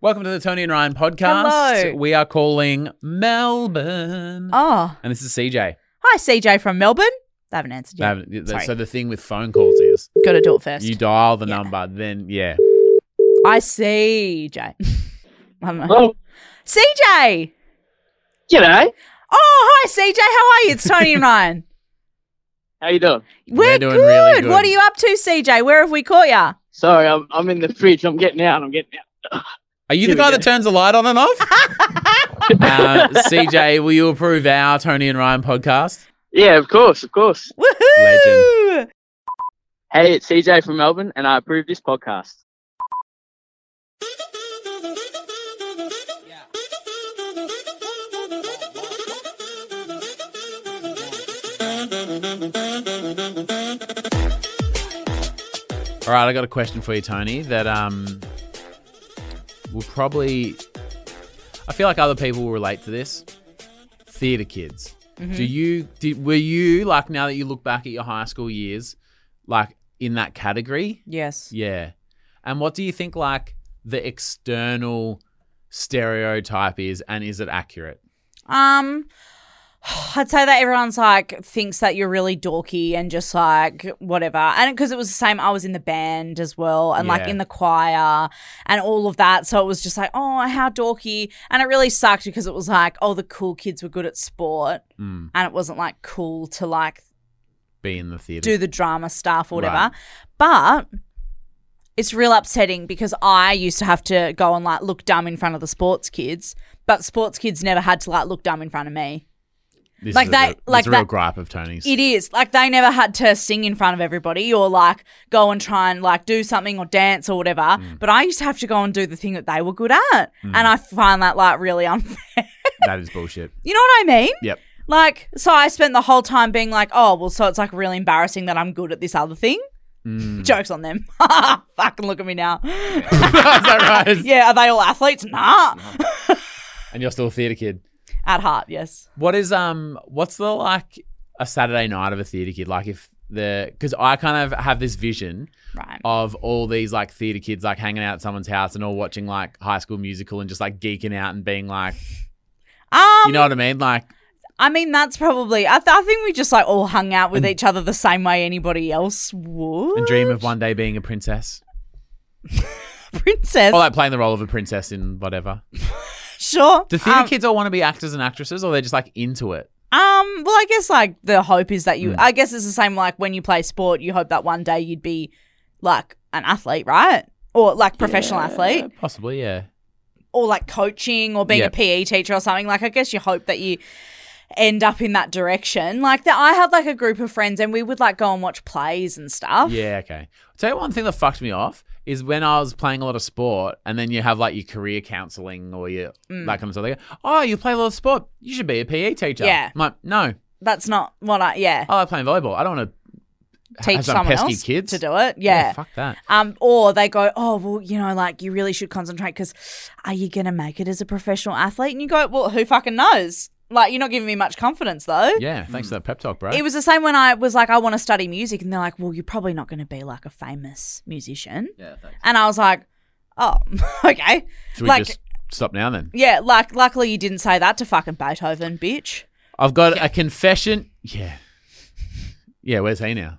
Welcome to the Tony and Ryan podcast. Hello. We are calling Melbourne. Oh, And this is CJ. hi, CJ from Melbourne. They haven't answered yet. Now, th- Sorry. So the thing with phone calls is Got to do it first. you dial the Yeah. number, then yeah. I see, Jay. I don't know. Well, CJ. g'day. Oh, hi, CJ. How are you? It's Tony and Ryan. How you doing? We're doing good. really good. What are you up to, CJ? Where have we caught ya? Sorry, I'm I'm in the fridge. I'm getting out. I'm getting out. Are you Here the we guy go. that turns the light on and off? uh, CJ, will you approve our Tony and Ryan podcast? Yeah, of course, of course. Woohoo! Hey, it's CJ from Melbourne, and I approve this podcast. All right, I got a question for you, Tony. That um, will probably. I feel like other people will relate to this. Theater kids. Mm-hmm. Do you did were you like now that you look back at your high school years, like in that category? Yes. Yeah. And what do you think like the external stereotype is, and is it accurate? Um, I'd say that everyone's like thinks that you're really dorky and just like whatever, and because it was the same, I was in the band as well, and like Yeah. in the choir and all of that. So it was just like, oh, how dorky, and it really sucked because it was like, oh, the cool kids were good at sport, Mm, and it wasn't like cool to like be in the theater. do the drama stuff or whatever. Right. But it's real upsetting because I used to have to go and like look dumb in front of the sports kids, but sports kids never had to like look dumb in front of me. This like is that- a, real- like it's a real that- gripe of Tony's. It is like they never had to sing in front of everybody or like go and try and like do something or dance or whatever. Mm. But I used to have to go and do the thing that they were good at, and I find that like really unfair. that is bullshit. You know what I mean? Yep. Like, so I spent the whole time being like, oh, well, so it's like really embarrassing that I'm good at this other thing. Mm. Jokes on them. Fucking look at me now. is that right? yeah, are they all athletes? Nah. And you're still a theater kid. At heart, yes. What is um what's the like a Saturday night of a theater kid like if the cuz I kind of have this vision Right. of all these like theater kids like hanging out at someone's house and all watching like high school musical and just like geeking out and being like Um, you know what I mean like I mean, that's probably. I, th- I think we just like all hung out with each other the same way anybody else would. and dream of one day being a princess princess. or like playing the role of a princess in whatever. sure. Do theater um, kids all want to be actors and actresses or they're just like into it? um, well, I guess like the hope is that you. Hmm. I guess it's the same like when you play sport, you hope that one day you'd be like an athlete, right? Or like professional athlete, Yeah, possibly, yeah. or like coaching, or being Yep. a PE teacher or something. Like, I guess you hope that you end up in that direction. Like that, I had like a group of friends, and we would like go and watch plays and stuff. Yeah, okay. I'll tell you one thing that fucked me off is when I was playing a lot of sport and then you have like your career counseling or your Mm. that kind of stuff. They go, Oh, you play a lot of sport. You should be a PE teacher. Yeah. I'm like, no, That's not what I. Yeah, I like playing volleyball. I don't want to teach have some someone Uh, pesky else kids. to do it. Yeah. fuck that. Um, or they go, oh well, you know, like you really should concentrate because are you gonna make it as a professional athlete? And you go, well, who fucking knows? Like you're not giving me much confidence though. Yeah, thanks for that pep talk, bro. It was the same when I was like, I want to study music, and they're like, well, you're probably not going to be like a famous musician. Yeah, thanks. And I was like, oh, okay, Should we like- just stop now then? yeah. Like, luckily you didn't say that to fucking Beethoven, bitch. I've got a confession. Yeah. Yeah, where's he now?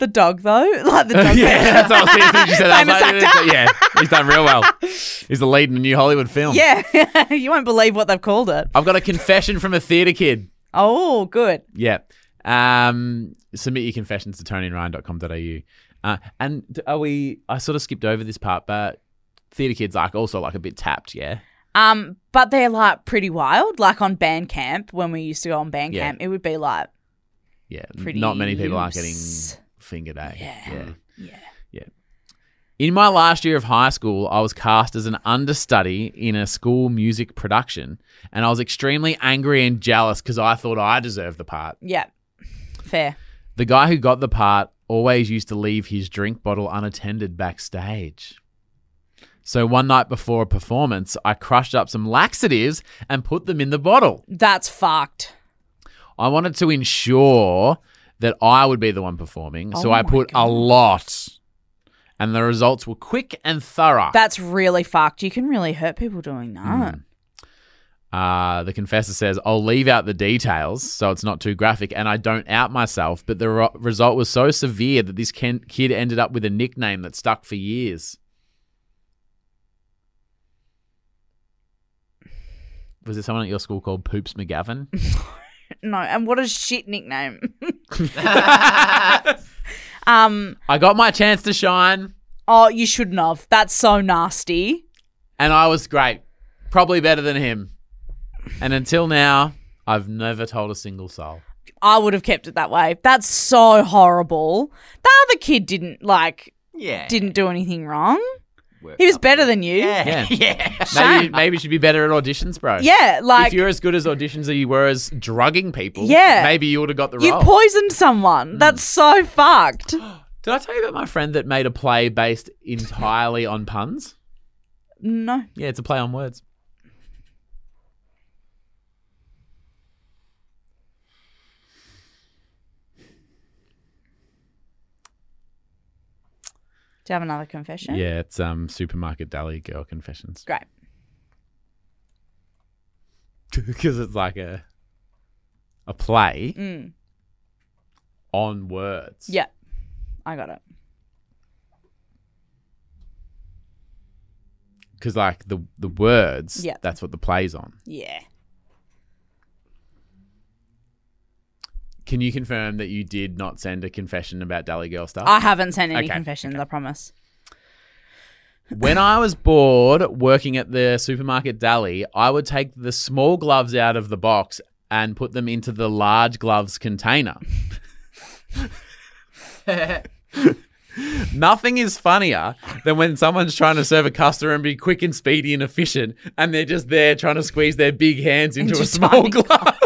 The dog though, like the dog. yeah, that's what I was thinking. when You said that. I was Famous like, Yeah, he's done real well. He's the lead in a new Hollywood film. yeah. you won't believe what they've called it. I've got a confession from a theatre kid. Oh, good. Yeah. Um, submit your confessions to tonyandryan.com.au. Uh, and d- are we, I sort of skipped over this part, but theatre kids like also like a bit tapped, yeah? Um, but they're like pretty wild. Like on Bandcamp, when we used to go on Bandcamp, Yeah. it would be like, Yeah. n- Pretty Not many people are getting loose. fingered at. Yeah. yeah. yeah, In my last year of high school, I was cast as an understudy in a school music production, and I was extremely angry and jealous because I thought I deserved the part. yeah, fair. The guy who got the part always used to leave his drink bottle unattended backstage. So one night before a performance, I crushed up some laxatives and put them in the bottle. That's fucked. I wanted to ensure that I would be the one performing, so Oh I my put a God. lot. And and the results were quick and thorough. That's really fucked. You can really hurt people doing that. Mm. Uh, the confessor says, I'll leave out the details so it's not too graphic, and I don't out myself. But the ro- result was so severe that this ken- kid ended up with a nickname that stuck for years. Was it someone at your school called Poops McGavin? No, and what a shit nickname. um, I got my chance to shine, oh, you shouldn't have. That's so nasty. and I was great. Probably better than him. And until now, I've never told a single soul. I would have kept it that way. That's so horrible. The other kid didn't like Yeah. didn't do anything wrong. He was better than you. Yeah. Yeah. Yeah. Maybe, maybe you should be better at auditions, bro. Yeah, like if you're as good as auditions as you were as drugging people, Yeah. maybe you would have got the You've role. poisoned Hmm. someone. That's so fucked. Did I tell you about my friend that made a play based entirely on puns? No. Yeah, it's a play on words. Do you have another confession? Yeah, it's um supermarket deli girl confessions Great. because it's like a a play Mm. on words. Yeah. I got it. because like the the words. Yeah. that's what the play's on. Yeah. Can you confirm that you did not send a confession about deli girl stuff? I haven't sent any Okay, confessions, I promise. When I was bored working at the supermarket deli, I would take the small gloves out of the box and put them into the large gloves container. Nothing is funnier than when someone's trying to serve a customer and be quick and speedy and efficient, and they're just there trying to squeeze their big hands into, a small glove.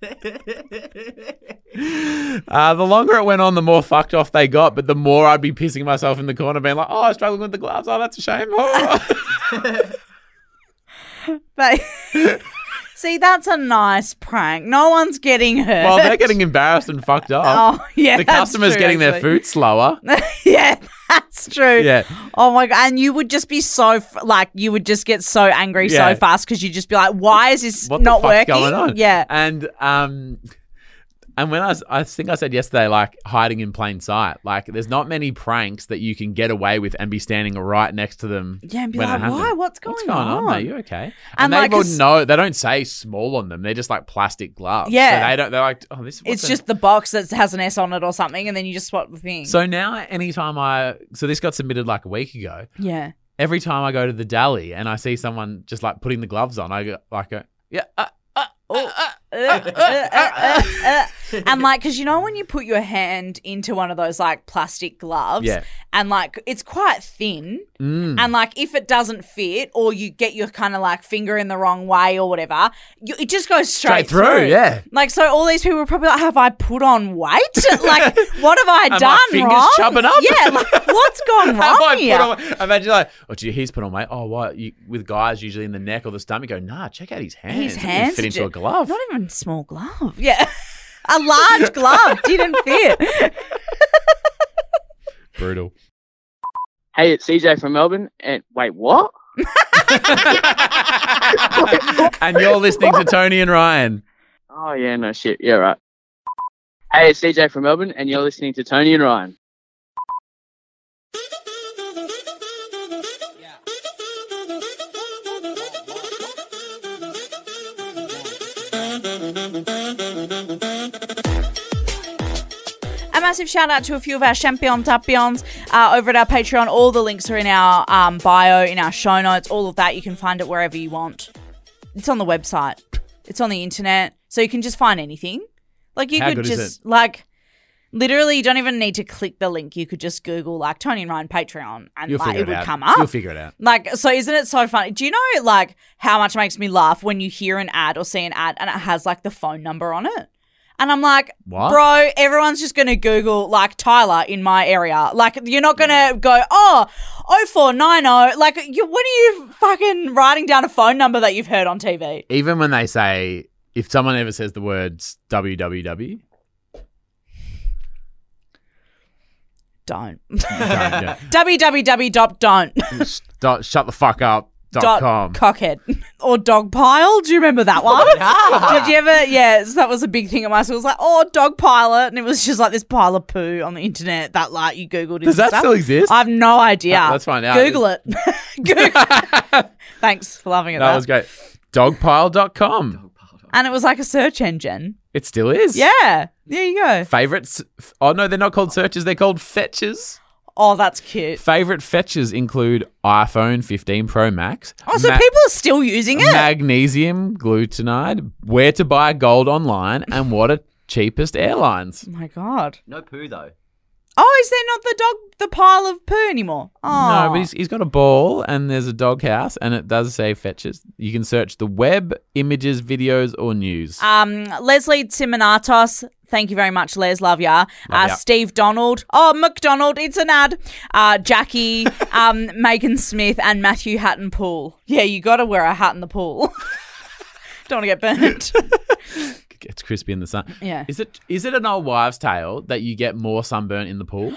Uh, the longer it went on, the more fucked off they got, but the more I'd be pissing myself in the corner, being like, oh, I'm struggling with the gloves. Oh, that's a shame. Oh. But see, that's a nice prank. No one's getting hurt. well, they're getting embarrassed and fucked up. Oh yeah, the that's customer's true, getting actually. their food slower. yeah, that's true. Yeah. Oh my god, and you would just be so f- like you would just get so angry Yeah. so fast because you'd just be like, "Why is this What not the fuck's working?" going on? Yeah, And, um,. And when I, was, I think I said yesterday, like hiding in plain sight, like there's not many pranks that you can get away with and be standing right next to them. Yeah, and be when it like, happened. "Why? What's What's going going on? on?" Are you okay? And, And, like, they will 'cause- know. They don't say small on them. They're just like plastic gloves. Yeah. So they don't. They're like, oh, this. what's it's in just the box that has an S on it or something, and then you just swap the thing. So now, anytime I, so this got submitted like a week ago. yeah, Every time I go to the deli and I see someone just like putting the gloves on, I go like, go, yeah, uh, uh, uh, uh. Uh, uh, uh, uh, uh. and like, because you know when you put your hand into one of those like plastic gloves, Yeah. and like it's quite thin. Mm. And like, if it doesn't fit, or you get your kind of like finger in the wrong way, or whatever, you, it just goes straight, Straight through, yeah. Like, so all these people are probably like, "Have I put on weight? like, what have I my done fingers wrong? chubbing up? Yeah, like, what's gone How wrong I put here? on- imagine like, oh, gee, he's put on weight. Oh, what? You, with guys usually in the neck or the stomach, go, nah, check out his hands. His That didn't hands fit into ju- a glove. Not even small glove. Yeah, a large glove didn't fit. Brutal. Hey, it's CJ from Melbourne. And wait, what? and you're listening to Tony and Ryan. Oh yeah, no shit. Yeah, right. Hey, it's CJ from Melbourne, and you're listening to Tony and Ryan. A massive shout out to a few of our champion tapions uh, over at our Patreon. All the links are in our um, bio, in our show notes, all of that. You can find it wherever you want. It's on the website. It's on the internet, so you can just find anything. Like you How could good is just like literally, you don't even need to click the link. You could just Google like Tony and Ryan Patreon, and You'll like, figure it it would out. come up. You'll figure it out. Like, so isn't it so funny? Do you know like how much makes me laugh when you hear an ad or see an ad and it has like the phone number on it? And I'm like, What? bro, everyone's just gonna Google like Tyler in my area. Like, you're not gonna go, oh, 0490. Like, you, when are you fucking writing down a phone number that you've heard on TV? even when they say if someone ever says the words www don't. Don't, yeah. www.don't. Dot- shut the fuck up. Dot, dot com. cockhead or dog pile. Do you remember that one? Did you ever? Yeah, so that was a big thing at my school. It was like, oh, dog pilot, and it was just like this pile of poo on the internet that like you googled. Does it and that stuff. still exist? I have no idea. Let- let's find out. Google it. Goog- Thanks for loving it. that was great. Dogpile.com. And it was like a search engine. It still is. Yeah. There you go. Favorites. f- Oh, no, they're not called searches. They're called fetches. Oh, that's cute. Favorite fetches include iPhone 15 Pro Max. Oh, so Ma- people are still using it. Magnesium glutenide, where to buy gold online, and what are cheapest airlines. oh my god. No poo though. Oh, is there not the dog, the pile of poo anymore? Oh, No, but he's, he's got a ball and there's a dog house and it does say fetches. You can search the web, images, videos, or news. Um, Leslie Timonatos. Thank you very much, Les. Love ya. uh, ya. Steve Donald. Oh, McDonald. It's an ad. Uh, Jackie, um, Megan Smith, and Matthew Hatton Pool. Yeah, you got to wear a hat in the pool. Don't want to get burnt. it's crispy in the sun. Yeah. Is it is it an old wives' tale that you get more sunburn in the pool?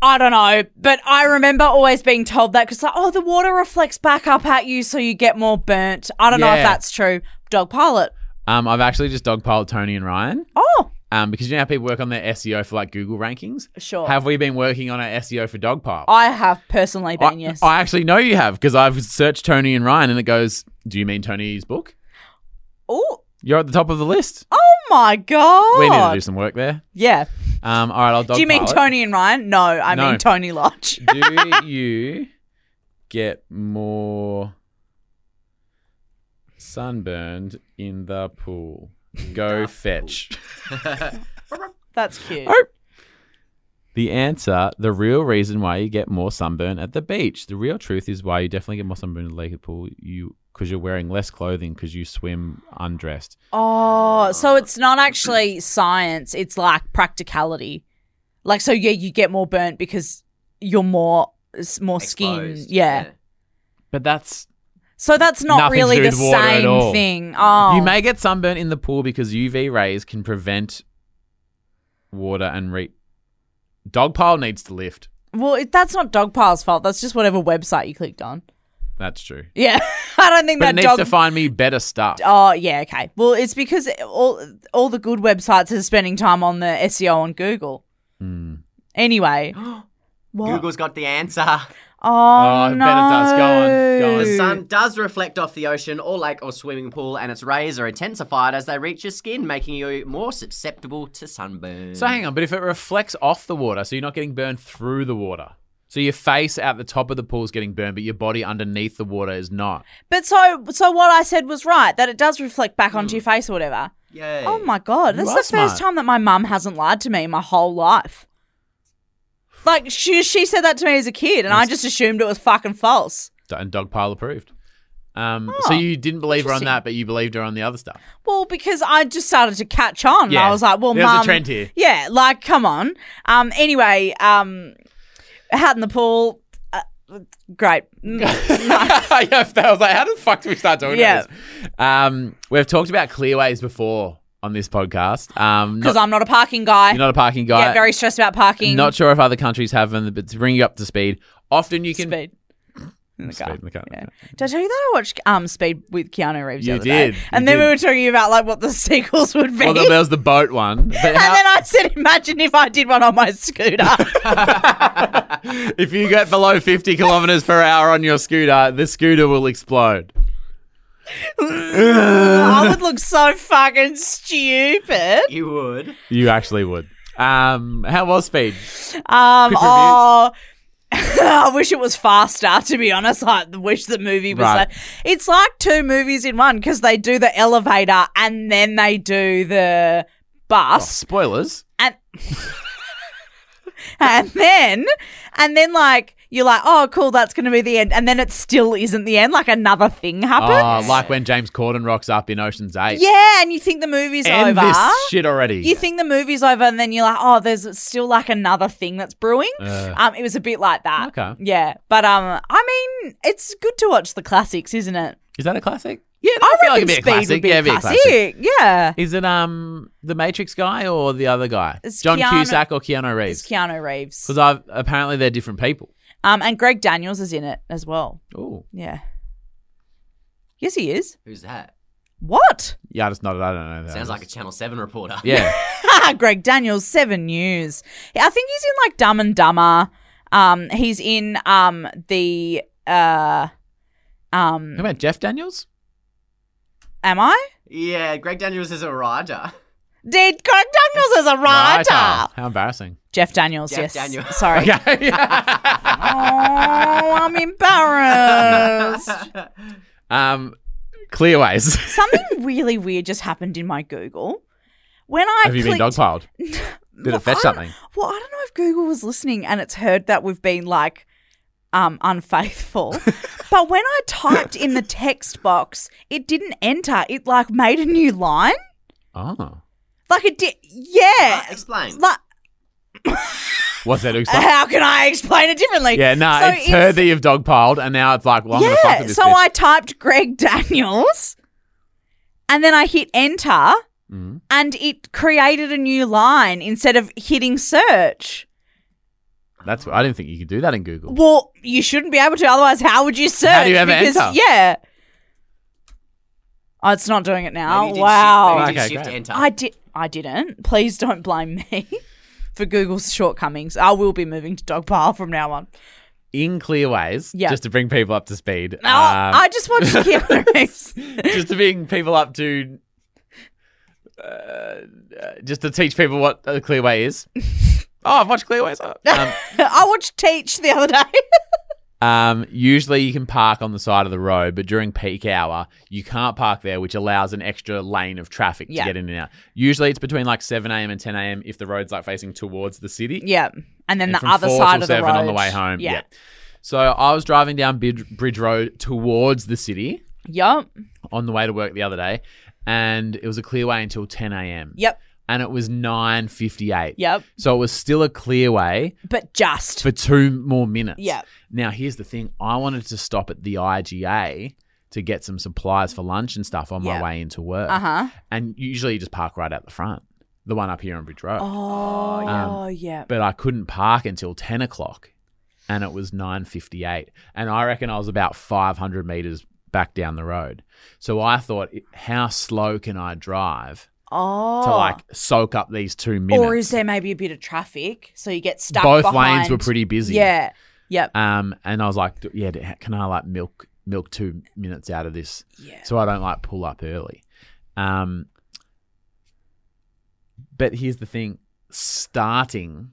I don't know, but I remember always being told that because like, oh, the water reflects back up at you, so you get more burnt. I don't know if Yeah. that's true. Dog pilot. Um, I've actually just dogpiled Tony and Ryan. Oh, Um, because you know how people work on their SEO for like Google rankings. Sure. Have we been working on our SEO for dogpile? I have personally been yes. I actually know you have because I've searched Tony and Ryan and it goes, Do you mean Tony's book? oh, You're at the top of the list. oh my god. We need to do some work there. yeah. Um, all right, I'll dog Do you mean Tony and Ryan? No, I No. mean Tony Lodge. Do you get more sunburned in the pool? Go fetch. That's cute. Oh. The answer, the real reason why you get more sunburn at the beach. The real truth is why you definitely get more sunburn at the lake pool. You because you're wearing less clothing because you swim undressed. Oh, so it's not actually science, it's like practicality. Like so yeah, you get more burnt because you're more it's more skin. Exposed. Yeah. But that's So that's not Nothing to really do the with water at same all. thing. Oh. You may get sunburn in the pool because UV rays can prevent water and re. Dog pile needs to lift. well, it, that's not Dogpile's fault. That's just whatever website you clicked on. That's true. Yeah. I don't think But it that needs dog to find me better stuff. Oh yeah, okay. Well, it's because all all the good websites are spending time on the SEO on Google. Hmm. Anyway, what? Google's got the answer. Oh, I bet it no. does. Go on, go on. The Ooh. sun does reflect off the ocean or lake or swimming pool, and its rays are intensified as they reach your skin, making you more susceptible to sunburn. So hang on, but if it reflects off the water, so you're not getting burned through the water. So your face out the top of the pool is getting burned, but your body underneath the water is not. But so so what I said was right that it does reflect back onto Hmm. your face or whatever. Yay. Oh my god, You that's are the first smart. time that my mum hasn't lied to me in my whole life. Like she she said that to me as a kid, and I just assumed it was fucking false. D- And dogpile approved. Um, so Oh, you didn't believe her on interesting. that, but you believed her on the other stuff. Well, because I just started to catch on. Yeah. I was like, well, There's a mum. trend here. Yeah, like, come on. Um, anyway, um, out in the pool. Uh, great. yeah, I was like, how the fuck do we start talking Yeah. about this? Um, we've talked about clearways before on this podcast. Um, Because not, I'm not a parking guy. you're not a parking guy. yeah, very stressed about parking. Not sure if other countries have them, but to bring you up to speed, often you can speed. In the car. Speed in the car. Yeah. Did I tell you that I watched um, Speed with Keanu Reeves? the You other day? did, and you then we did. were talking about like what the sequels would be. Well, there was the boat one. But and how- then I said, imagine if I did one on my scooter. if you get below 50 kilometers per hour on your scooter, the scooter will explode. I would look so fucking stupid. You would. You actually would. Um, how was speed? Um, Quick review. oh, I wish it was faster. To be honest, I wish the movie was Right. like it's like two movies in one because they do the elevator and then they do the bus Spoilers. and and then and then like you're like oh cool that's gonna be the end and then it still isn't the end like another thing Oh, happens like when James Corden rocks up in Ocean's 8. yeah and you think the movie's End over this shit already. you think the movie's over and then you're like, oh, there's still like another thing that's brewing. Uh. um, it was a bit like that. Okay. Yeah, but um, I mean, it's good to watch the classics, isn't it? Is that a classic? Yeah, no, I, feel like it'd be a reckon classic. Speed would be yeah, a it'd be a classic. classic. Yeah. Is it um the Matrix guy or the other guy? It's John Keanu- Cusack or Keanu It's Reeves? Keanu Reeves. Because I've apparently they're different people. Um, and Greg Daniels is in it as well. Oh, Yeah. Yes, he is. Who's that? What? yeah, I just nodded. I don't know. That Sounds was- like a Channel 7 reporter. yeah. Greg Daniels, Seven News. Yeah, I think he's in like Dumb and Dumber. Um, he's in um the uh um. How about Jeff Daniels? Am I? Yeah, Greg Daniels is a writer. Did Greg Daniels is a writer? Righta. How embarrassing. Jeff Daniels. yes. Jeff Daniels. Sorry. Okay. Oh, I'm embarrassed. Uh, um, Clearways. Something really weird just happened in my Google. When I Have you been clicked, dogpiled? Did it fetch I- something? Well, I don't know if Google was listening and it's heard that we've been like um, unfaithful. but when I typed in the text box, it didn't enter. It like made a new line. Oh. Like it did. Ah, Yeah. Explain. Like, What's that? Looks like? how can I explain it differently? Yeah, no, So it's heard that you've dogpiled, and now it's like, well, I'm going to fuck yeah. with this So bitch. I typed Greg Daniels and then I hit enter Mhm. and it created a new line instead of hitting search. That's. I didn't think you could do that in Google. Well, you shouldn't be able to. Otherwise, how would you search? do you ever because, enter? Yeah. Oh, it's not doing it now. Maybe you did wow. Shift, maybe you Okay, did shift great. enter. I did. I didn't. Please don't blame me for Google's shortcomings. I will be moving to Dogpile from now on. In Clearways, Yeah. just to bring people up to speed. No, um, I just watched Keanu Reeves. just to bring people up to uh, just to teach people what a clear way is. oh, I've watched clear ways. Oh. Um, I watched Teach the other day. um, usually you can park on the side of the road, but during peak hour you can't park there, which allows an extra lane of traffic Yeah. to get in and out. Usually it's between like seven a.m. and ten a.m. if the road's like facing towards the city. yeah, and then And the from other four side till of the seven road on the way home. Yeah. So I was driving down Bid- Bridge Road towards the city Yup. on the way to work the other day, and it was a clear way until ten a.m. Yep. and it was 9.58 Yep. so it was still a clear way But just. for two more minutes Yep. now here's the thing i wanted to stop at the iga to get some supplies for lunch and stuff on Yeah. my way into work Uh huh. and usually you just park right out the front the one up here on bridge road Oh, yeah. yeah. uh, um, but i couldn't park until 10 o'clock and it was 9.58 and i reckon i was about 500 meters back down the road so i thought how slow can i drive Oh. to like soak up these two minutes Or is there maybe a bit of traffic? So you get stuck. both behind- lanes were pretty busy. Yeah. Yep. Um, and I was like, "D- yeah, d- can I like milk milk two minutes out of this Yeah. so I don't like pull up early? Um, but here's the thing: starting,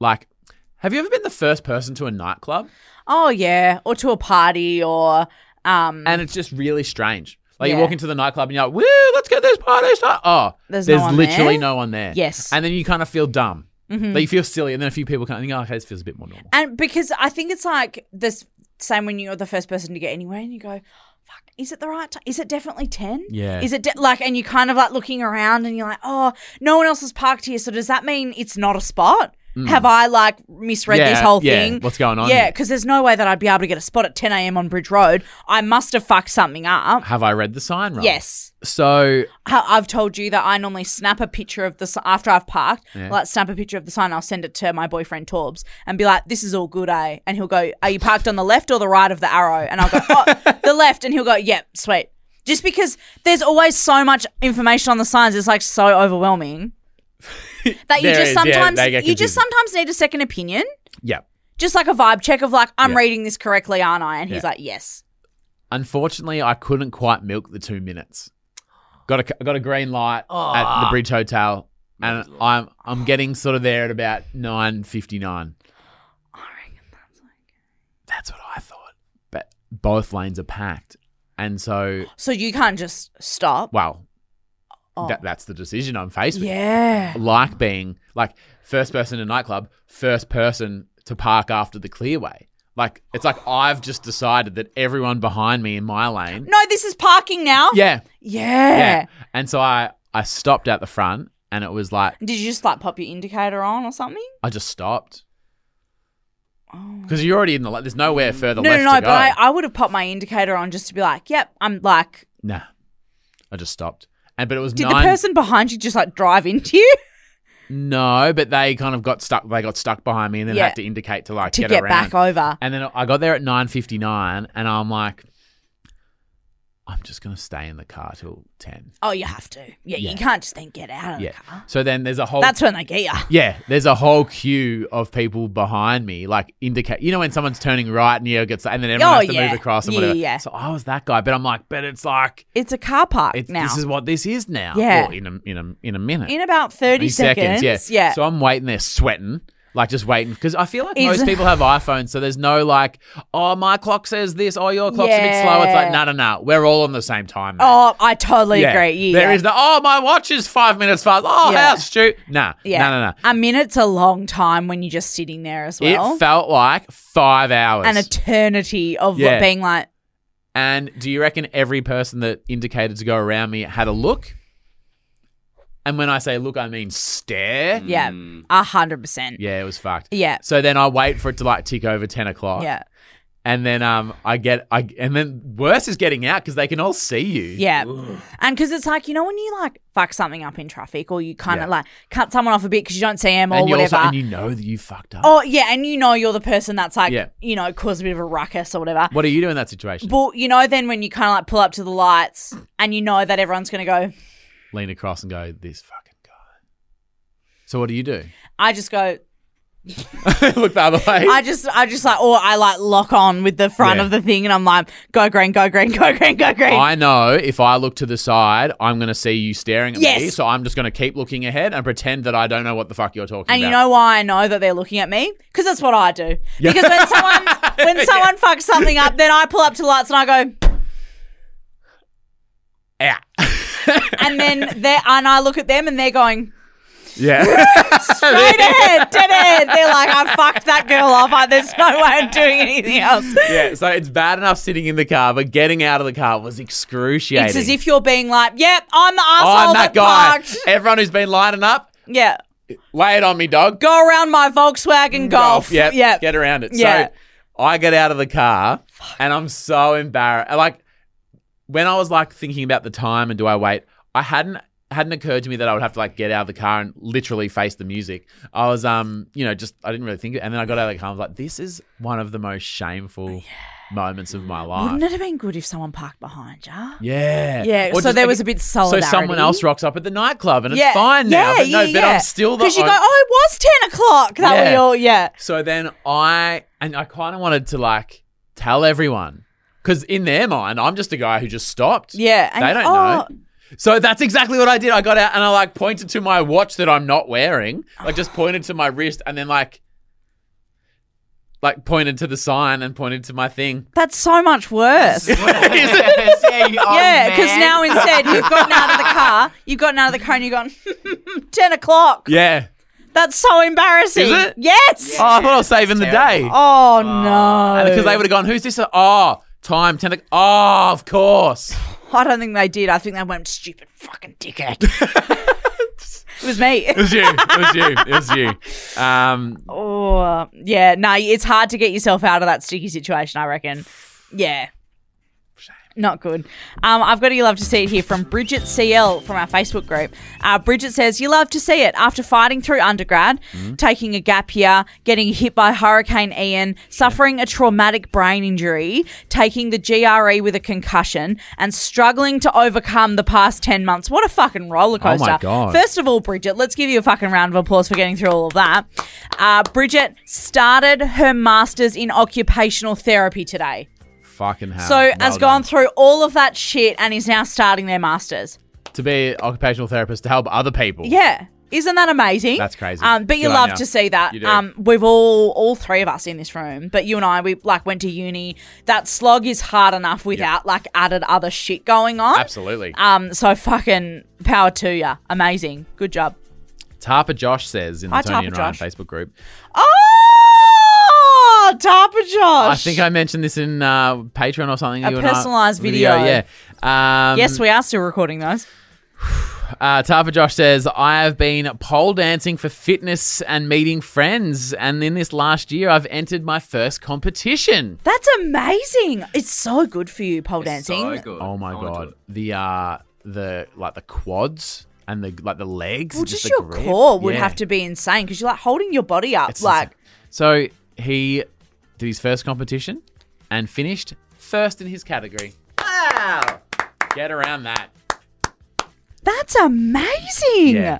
like, have you ever been the first person to a nightclub Oh yeah. Or to a party or um and it's just really strange? Like Yeah. you walk into the nightclub and you're like, "Woo, let's get this party started!" Oh, there's, there's no one literally there. no one there. Yes. and then you kind of feel dumb. Mhm. Like you feel silly, and then a few people come and you go, "Okay, this feels a bit more normal." And because I think it's like this same when you're the first person to get anywhere and you go, fuck, is it the right time? Is it definitely 10? Yeah. Is it de- like, and you kind of like looking around and you're like, oh, no one else is parked here. So does that mean it's not a spot? Have I like misread this Mm. Yeah, whole yeah. thing? What's going on Yeah, here? because there's no way that I'd be able to get a spot at 10 a.m. on Bridge Road. I must have fucked something up. Have I read the sign wrong? Yes. So how I've told you that I normally snap a picture of the si- after I've parked, Yeah. like snap a picture of the sign. I'll send it to my boyfriend Torbs and be like, "This is all good, eh?" And he'll go, "Are you parked on the left or the right of the arrow?" And I'll go, "Oh, the left," and he'll go, "Yep, sweet." Just because there's always so much information on the signs, it's like so overwhelming that you There just is, yeah, sometimes they get you just confusing. sometimes need a second opinion, yeah. just like a vibe check of like, "I'm Yeah. reading this correctly, aren't I?" And he's Yeah. like, "Yes." Unfortunately, I couldn't quite milk the two minutes. Got a got a green light at the Aw. Bridge Hotel, and Miserable. I'm I'm getting sort of there at about nine fifty nine. That's what I thought, but both lanes are packed, and so So you can't just stop. well, Oh. that, that's the decision I'm faced with. yeah. Like being like first person in a nightclub, first person to park after the clearway. Like it's like I've just decided that everyone behind me in my lane. No, this is parking now. Yeah, Yeah. Yeah. And so I, I stopped at the front and it was like, Did you just like pop your indicator on or something? I just stopped. Because you're already in the light. There's nowhere further Oh. Mm. No, left no, no. to go. But I, I would have popped my indicator on just to be like, yep, I'm like, nah, I just stopped. And but it was did nine. the person behind you just like drive into you no, but they kind of got stuck. They got stuck behind me, and then Yeah. had to indicate to like to get, around. back over? And then I got there at nine fifty nine, and I'm like, I'm just gonna stay in the car till ten. Oh, you have to. Yeah, Yeah. you can't just then get out of Yeah. the car. So then there's a whole. That's when they get you. yeah, there's a whole queue of people behind me, like indicate. You know when someone's turning right and you gets, and then everyone Oh, has to yeah. move across and Yeah, whatever. yeah. So I was that guy, but I'm like, but it's like It's a car park it's, now. this is what this is now. Yeah. Or in a in a in a minute. In about 30 seconds. yeah. So I'm waiting there sweating. Like just waiting because I feel like Is- most people have iPhones, so there's no like, oh my clock says this, oh your clock's a bit slow. It's like no Yeah. no no, we're all on the same time. mate." oh, I totally agree. Yeah. There yeah. is the oh my watch is five minutes fast. Oh Yeah. how stupid. Nah, yeah. no no no. A minute's a long time when you're just sitting there as well. It felt like five hours. An eternity of Yeah. being like, and do you reckon every person that indicated to go around me had a look? And when I say look, I mean stare. yeah, Hmm. a hundred percent. Mm. Yeah, it was fucked. Yeah. So then I wait for it to like tick over ten o'clock. Yeah. And then um I get I and then worse is getting out because they can all see you. Yeah. And because it's like, you know, when you like fuck something up in traffic or you kind Yeah. of like cut someone off a bit because you don't see them or And you whatever. also and you know that you fucked up. oh, yeah. And you know you're the person that's like, Yeah. you know, caused a bit of a ruckus or whatever. What do you do in that situation? But you know, then when you kind of like pull up to the lights and you know that everyone's going to go, Lean across and go, this fucking guy. So what do you do? I just go, look the other way. I just, I just like, or I like lock on with the front Yeah. of the thing and I'm like, go green, go green, go green, go green. I know if I look to the side, I'm going to see you staring at me. Yes. So I'm just going to keep looking ahead and pretend that I don't know what the fuck you're talking And you about. know why I know that they're looking at me? Because that's what I do. Because when someone when someone fucks something up, then I pull up to lights and I go, You know, and then they and I look at them and they're going yeah. straight ahead, dead ahead. They're like, I fucked that girl off. Like, there's no way I'm doing anything else. yeah. So it's bad enough sitting in the car, but getting out of the car was excruciating. It's as if you're being like, "Yep, I'm the Oh, asshole I'm that guy. parked." Everyone who's been lining up, Yeah, lay it on me, dog. Go go around my Volkswagen Golf. Yeah. yeah. Mm, Get around it. Yeah. So I get out of the car and I'm so embarrassed. Like when I was like thinking about the time and do I wait, I hadn't hadn't occurred to me that I would have to like get out of the car and literally face the music. I was um, you know, just I didn't really think of it. And then I got out of the car and I was like, this is one of the most shameful moments of my life. Oh, Wouldn't it have been good if someone parked behind ya? yeah. Yeah, Or so just, there like, was a bit of So solidarity. someone else rocks up at the nightclub and Yeah. it's fine now. But no, but I'm still the Because you I- go, oh, it was 10 o'clock. That Yeah. we all, yeah. So then I and I kind of wanted to like tell everyone because in their mind I'm just a guy who just stopped. Yeah. and they you- don't oh, know. So that's exactly what I did. I got out and I like pointed to my watch that I'm not wearing. Like just pointed to my wrist and then like like pointed to the sign and pointed to my thing. That's so much worse. yeah, you- oh, yeah, because man. now instead you've gotten out of the car, you've gotten out of the car and you've gone, 10 o'clock. Yeah. That's so embarrassing. Is it? Yes. Oh, I thought I was saving the day. Oh, no. Because they would have gone, "Who's this?" Oh, time ten. o- Oh, of course. I don't think they did. I think they went, stupid fucking dickhead. it was me. It was you. It was you. It was you. Um, Oh, yeah. No, it's hard to get yourself out of that sticky situation, I reckon. Yeah. Not good. Um, I've got a you love to see it here from Bridget CL from our Facebook group. Uh, Bridget says you love to see it after fighting through undergrad, taking a gap year, getting hit by Hurricane Ian, suffering a traumatic brain injury, taking the GRE with a concussion, and struggling to overcome the past ten months. What a fucking roller coaster! God. First of all, Bridget, let's give you a fucking round of applause for getting through all of that. Uh, Bridget started her master's in occupational therapy today. fucking hell. So Ah, Well has done. gone through all of that shit and is now starting their masters. to be an occupational therapist to help other people. Yeah. Isn't that amazing? That's crazy. Um, but you Good on love ya. to see that. You do. Um, we've all, all three of us in this room, but you and I, we like went to uni. That slog is hard enough without like added other shit going on. Absolutely. Um, so fucking power to ya. Amazing. Good job. Tarpa Josh says in the Hi, Tony Tarpa and Ryan Josh. Facebook group. Oh, Tarpa Josh. I think I mentioned this in uh, Patreon or something. A you and I- personalised video. Yeah. Um, Yes, we are still recording those. Uh, Tapa Josh says, I have been pole dancing for fitness and meeting friends. And in this last year, I've entered my first competition. That's amazing. It's so good for you, pole dancing. So good. Oh my I wanna do God. it. The, uh, the, like the quads and the, like the legs. well, and just, the your grip. core would Yeah. have to be insane because you're like holding your body up. It's like, insane. So he did his first competition and finished first in his category. Wow. Get around that. that's amazing. Yeah.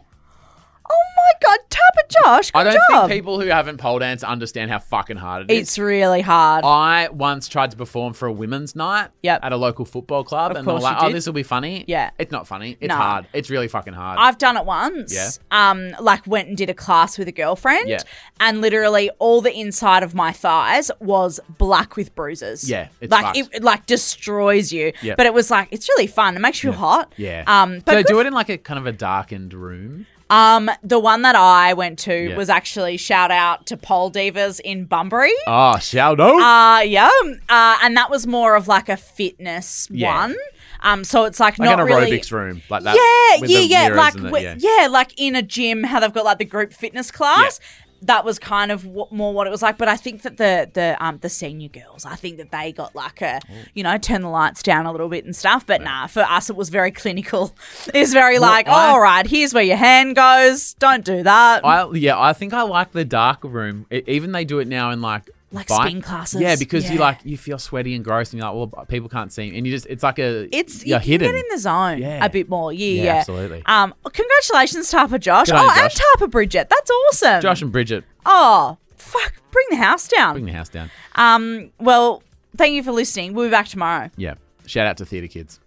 Oh my God, Tapa Josh. Good I don't job. think people who haven't pole danced understand how fucking hard it is. it's really hard. I once tried to perform for a women's night Yep. at a local football club, Of and they were course like, you "Oh, did. this will be funny." Yeah. it's not funny. It's No. hard. It's really fucking hard. I've done it once. Yeah. Um, like went and did a class with a girlfriend. Yeah. And literally all the inside of my thighs was black with bruises. Yeah, it's like fucked. it, it, like destroys you. Yeah. But it was like it's really fun. It makes you hot. yeah. Um, so but do it in like a kind of a darkened room. um, the one that I went to Yeah. was actually shout out to Pole Divas in Bunbury. Oh, shout out! Uh, yeah. Uh, and that was more of like a fitness Yeah. one. Um, so it's like, like not an really. aerobics room, like that. yeah, with the yeah, yeah. mirrors Like, and the- wi- yeah. yeah. like in a gym, how they've got like the group fitness class. That was kind of what, more what it was like. But I think that the the um the senior girls, I think that they got like a Oh. you know turn the lights down a little bit and stuff. But nah, for us it was very clinical. It was very like, I- all right, here's where your hand goes. Don't do that. I yeah, I think I like the dark room. E- even they do it now in like Like bike- spin classes. Yeah, because you Yeah. like you feel sweaty and gross, and you're like, well, people can't see me, and you just it's like a it's you you're can hidden. get in the zone Yeah. a bit more. Yeah, Yeah, yeah. absolutely. Um, congratulations, Tapa Josh. Good oh, on you, and Josh. Tapa Bridget. That's awesome. Josh and Bridget, Oh, fuck. Bring the house down. bring the house down. Um, well, thank you for listening. We'll be back tomorrow. Yeah, shout out to theatre kids.